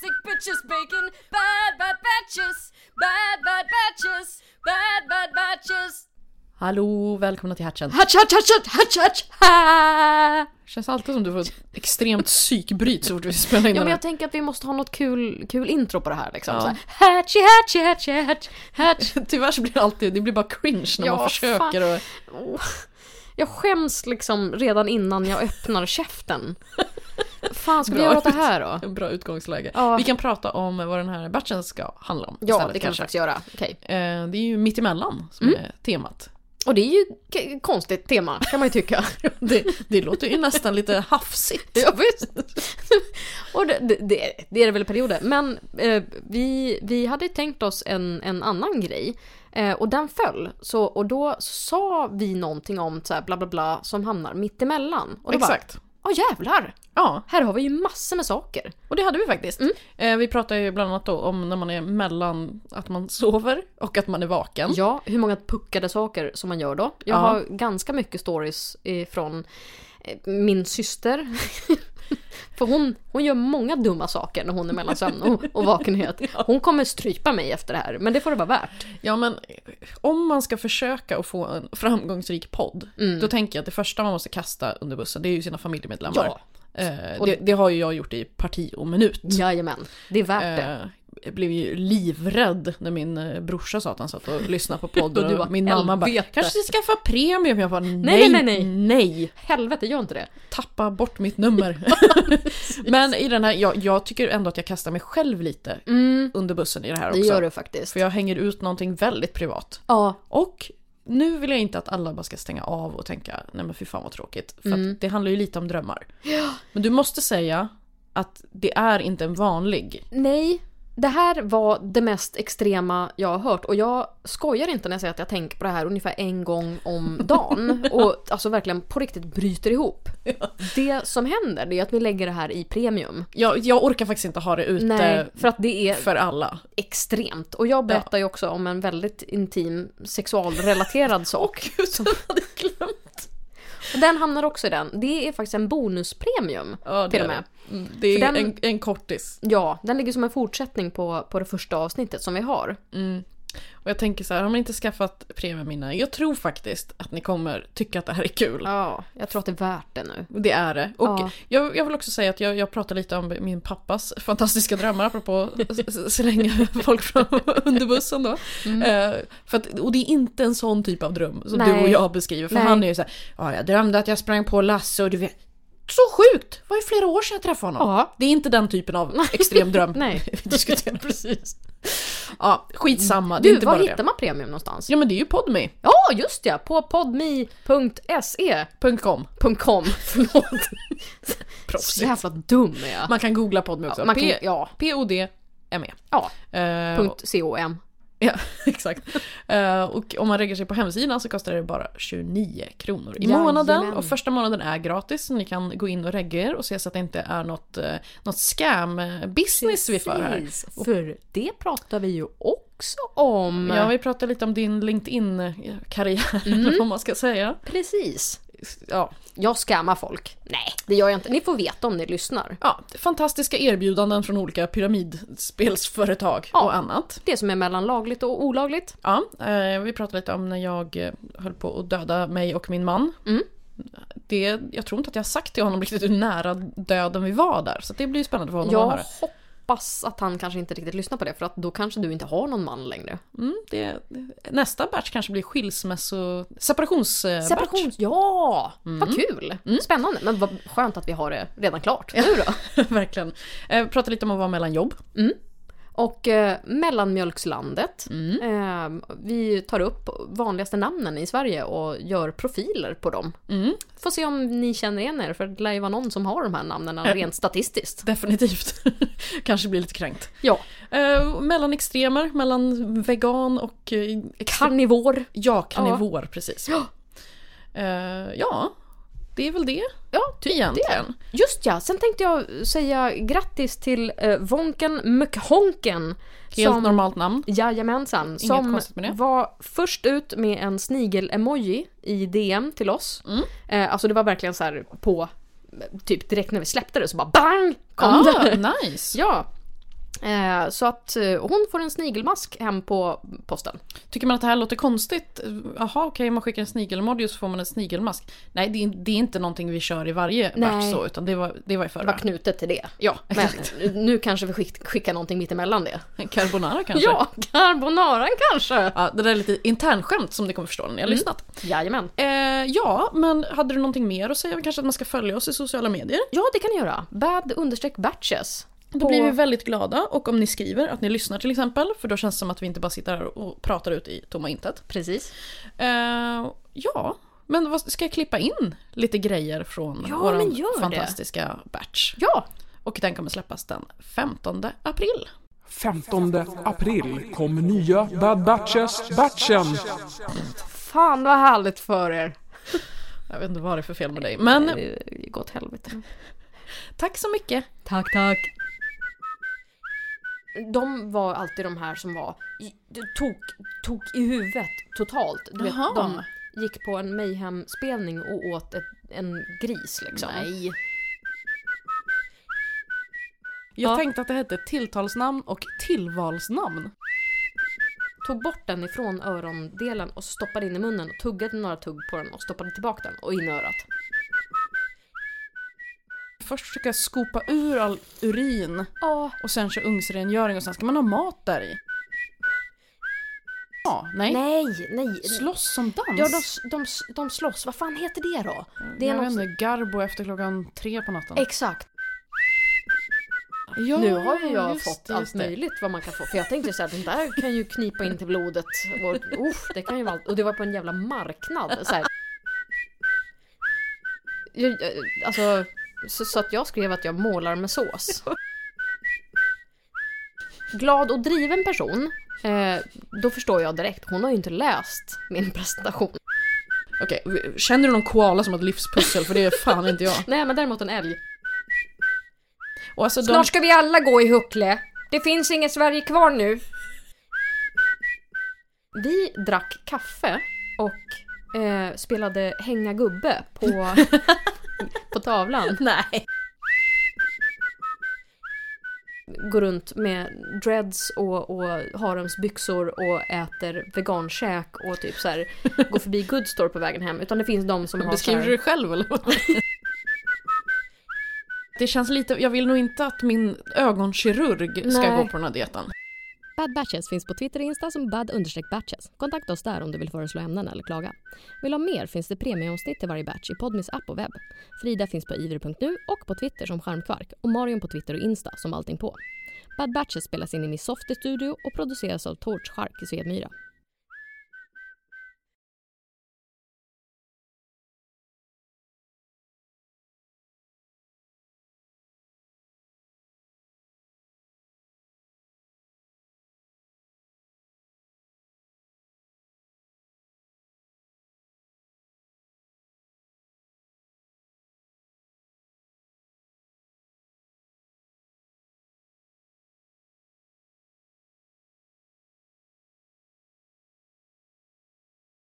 sandwiches, bacon, bad, bad batches, bad, bad batches, bad, bad batches. Hallå, välkomna till Hatchen. Hatch, hatch, hatch, hatch, hatch, hatch, ha! Känns alltid som du får ett extremt psykbryt så fort vi spelar in Ja den men här. jag tänker att vi måste ha något kul, kul intro på det här liksom. Ja. Så här, hatchy, hatchy, hatchy, hatch, hatch. Tyvärr så blir det alltid, det blir bara cringe när Ja, man försöker och... Åh. Jag skäms liksom redan innan jag öppnar käften. fan ska vi Bra göra åt det ut. här då? Bra utgångsläge. Ja. Vi kan prata om vad den här batchen ska handla om Ja, istället, det kan vi kanske. faktiskt Mm. göra. Okej. Eh, Det är ju mittemellan som är temat. Och det är ju k- konstigt tema, kan man ju tycka. Det, det låter ju nästan lite hafsigt. Ja, visst. Och det, det, det, det är det väl i perioder. Men eh, vi, vi hade tänkt oss en, en annan grej. Eh, och den föll. Så, och då sa vi någonting om så här, bla bla bla som hamnar mitt emellan. Och då Exakt. bara, ja jävlar! Ja, Här har vi ju massor med saker. och det hade vi faktiskt. Mm. Eh, Vi pratade ju bland annat då om när man är mellan att man sover och att man är vaken. Ja, hur många puckade saker som man gör då. Jag Mm. Ja. har ganska mycket stories eh, från eh, min syster. För hon, hon gör många dumma saker när hon är mellan sömn och, och vakenhet. Hon kommer strypa mig efter det här, men det får det vara värt. Ja men eh, om man ska försöka att få en framgångsrik podd, Mm. då tänker jag att det första man måste kasta under bussen det är ju sina familjemedlemmar. Ja. Eh, Och- det, det har ju jag gjort i parti och minut. Jajamän, det är värt det. Eh, jag blev ju livrädd när min eh, brorsa sa att han satt och lyssnade på podden Och och, du bara, min mamma bara "Helvete." “kanske ska skaffa premium” jag bara Nej, nej, nej, nej, nej." nej, Helvete, gör inte det. tappa bort mitt nummer. men i den här, jag, jag tycker ändå att jag kastar mig själv lite under bussen i det här Mm, Det också. gör du faktiskt. För jag hänger ut någonting väldigt privat. Ja, Och nu vill jag inte att alla bara ska stänga av och tänka nej men fy fan vad tråkigt. För Mm. att det handlar ju lite om drömmar. Men du måste säga att det är inte en vanlig. nej. Det här var det mest extrema jag har hört och jag skojar inte när jag säger att jag tänker på det här ungefär en gång om dagen och alltså verkligen på riktigt bryter ihop. Det som händer det är att vi lägger det här i premium. Jag, jag orkar faktiskt inte ha det ute Nej, för att det är för alla. extremt. Och jag berättar ju också om en väldigt intim sexualrelaterad sak. Gud, jag hade glömt. Och den hamnar också i den. Det är faktiskt en bonuspremium Ja, det till är och med. det. Mm, Det är För den- en, en kortis. Ja, den ligger som en fortsättning på, på det första avsnittet som vi har. Mm. Och jag tänker så här, har man inte skaffat premium innan? Jag tror faktiskt att ni kommer tycka att det här är kul. Ja, jag tror att det är värt det nu. Det är det. Och Ja. jag, jag vill också säga att jag, jag pratar lite om min pappas fantastiska drömmar, apropå s- s- slänga folk fram under bussen då. Mm. Eh, för att, och det är inte en sån typ av dröm som Nej. du och jag beskriver. För Nej. han är ju såhär, ja jag drömde att jag sprang på Lasse och du vet, så sjukt! Det var ju flera år sedan jag träffade honom. Ja. Det är inte den typen av extrem dröm Nej. vi diskuterar precis. Ja, skitsamma. det är Du, inte var bara hittar det. man premium någonstans? Ja men det är ju podme.com. Ja, just ja! På podme.se.com. Förlåt. Så Proffsigt. jävla dum är jag. Man kan googla podme också. Man kan, P- ja, P-O-D-M-E. ja. E. Eh, och- Punkt .com. Ja, exakt. Eh, och om man reggar sig på hemsidan så kostar det bara 29 kronor i månaden. Jajamän. Och första månaden är gratis, så ni kan gå in och regga er och se så att det inte är något, eh, något scam-business vi för här. Precis, För det pratar vi ju också om. Ja, vi pratade lite om din LinkedIn-karriär, Mm. om man ska säga. Precis. Ja. Jag skammar folk. Nej, det gör jag inte. Ni får veta om ni lyssnar. ja, fantastiska erbjudanden från olika pyramidspelsföretag Ja. och annat. Det som är mellan lagligt och olagligt. Ja, eh, vi pratade lite om när jag eh, höll på att döda mig och min man. Det, jag tror inte att jag har sagt till honom riktigt hur nära döden vi var där, så det blir ju spännande för honom Jag att höra. hoppas att han kanske inte riktigt lyssnar på det för att då kanske du inte har någon man längre. Mm, det, nästa batch kanske blir skilsmässo... Separationsbatch. Separation, ja! Mm. Vad kul! Spännande, men vad skönt att vi har det redan klart nu då. Verkligen. Eh, pratade lite om att vara mellan jobb. Och eh, Mellanmjölkslandet. Mm. Eh, vi tar upp vanligaste namnen i Sverige och gör profiler på dem. Mm. Får se om ni känner igen er, för det lär ju vara någon som har de här namnen Eh. rent statistiskt. Definitivt. kanske blir lite kränkt. Ja, Eh, mellan extremer, mellan vegan och... Eh, extre- karnivor. ja, karnivor, precis. Eh, ja, det är väl det. Ja, Ty egentligen. Just ja, sen tänkte jag säga grattis till eh, Vonken McHonken. Helt som- normalt namn. Jajamensan. Som konstigt med det. var först ut med en snigel-emoji i DM till oss. Mm. Eh, alltså det var verkligen så här på, eh, typ direkt när vi släppte det så bara BANG! Kom det! ah, nice! Ja. Eh, så att eh, hon får en snigelmask hem på posten. Tycker man att det här låter konstigt? Jaha, okej, man skickar en snigelmodjo så får man en snigelmask. Nej, det är, det är inte någonting vi kör i varje Nej. batch så, utan det var, det var i förra. Det var knutet till det. ja, Men exakt. nu kanske vi skick, skickar någonting mittemellan det. Carbonara kanske? Ja, carbonaran kanske! ja. Det där är lite internskämt som ni kommer förstå när ni har Mm. lyssnat. Jajamän. Eh, ja, men hade du någonting mer att säga? Kanske att man ska följa oss i sociala medier? Ja, det kan ni göra. Bad understreck batches. Då blir vi väldigt glada och om ni skriver att ni lyssnar till exempel, för då känns det som att vi inte bara sitter här och pratar ut i tomma intet. Precis. Eh, ja, men vad, ska jag klippa in lite grejer från Ja, men gör vår det. fantastiska batch? Ja, Och den kommer släppas den 15 april. 15 april kom nya Bad Batches-batchen. fan vad härligt för er. Jag vet inte vad det är för fel med dig, men Det går Eh, åt helvete. tack så mycket. Tack, tack. De var alltid de här som var i- tok, tok i huvudet totalt. Du vet, Jaha. de gick på en Mayhem-spelning och åt ett, en gris liksom. Nej. Jag Ja. tänkte att det hette tilltalsnamn och tillvalsnamn. Tog bort den ifrån örondelen och stoppade in i munnen och tuggade några tugg på den och stoppade tillbaka den och in i örat. Först försöka skopa ur all urin Ja, och sen köra ugnsrengöring och sen ska man ha mat där i. Ja, nej. nej, nej. Slåss som dans. Ja, de, s- de, s- de slåss. Vad fan heter det då? det Det är är jag något- vet inte, Garbo efter klockan tre på natten. Exakt. Ja, Nu har ju jag just fått det, allt just det. möjligt vad man kan få. För jag tänkte så här, den där kan ju knipa in till blodet. Och, usch, det kan ju vara allt. Och det var på en jävla marknad. Så här. Jag, jag- alltså, så, så att jag skrev att jag målar med sås. Glad och driven person, eh, då förstår jag direkt. Hon har ju inte läst min presentation. Okej, känner du någon koala som har ett livspussel? För det är fan inte jag. Nej, men däremot en älg. Och alltså, de, Snart ska vi alla gå i huckle. Det finns inget Sverige kvar nu. Vi drack kaffe och eh, spelade hänga gubbe på, på tavlan. nej. Går runt med dreads och, och haremsbyxor och äter vegankäk och typ så här, går förbi Goodstore på vägen hem. Utan det finns de som har så Beskriver du här, dig själv eller? vad? det känns lite, jag vill nog inte att min ögonkirurg ska Nej. gå på den här dieten. Bad Batches finns på Twitter och Insta som bad-batches. Kontakta oss där om du vill föreslå ämnen eller klaga. Vill du ha mer finns det premieomsnitt till varje batch i Podmis app och webb. Frida finns på iver.nu och på Twitter som Charmkvark och Marion på Twitter och Insta som allting på. Bad Batches spelas in i Miss Softy Studio och produceras av Torch Shark i Svedmyra.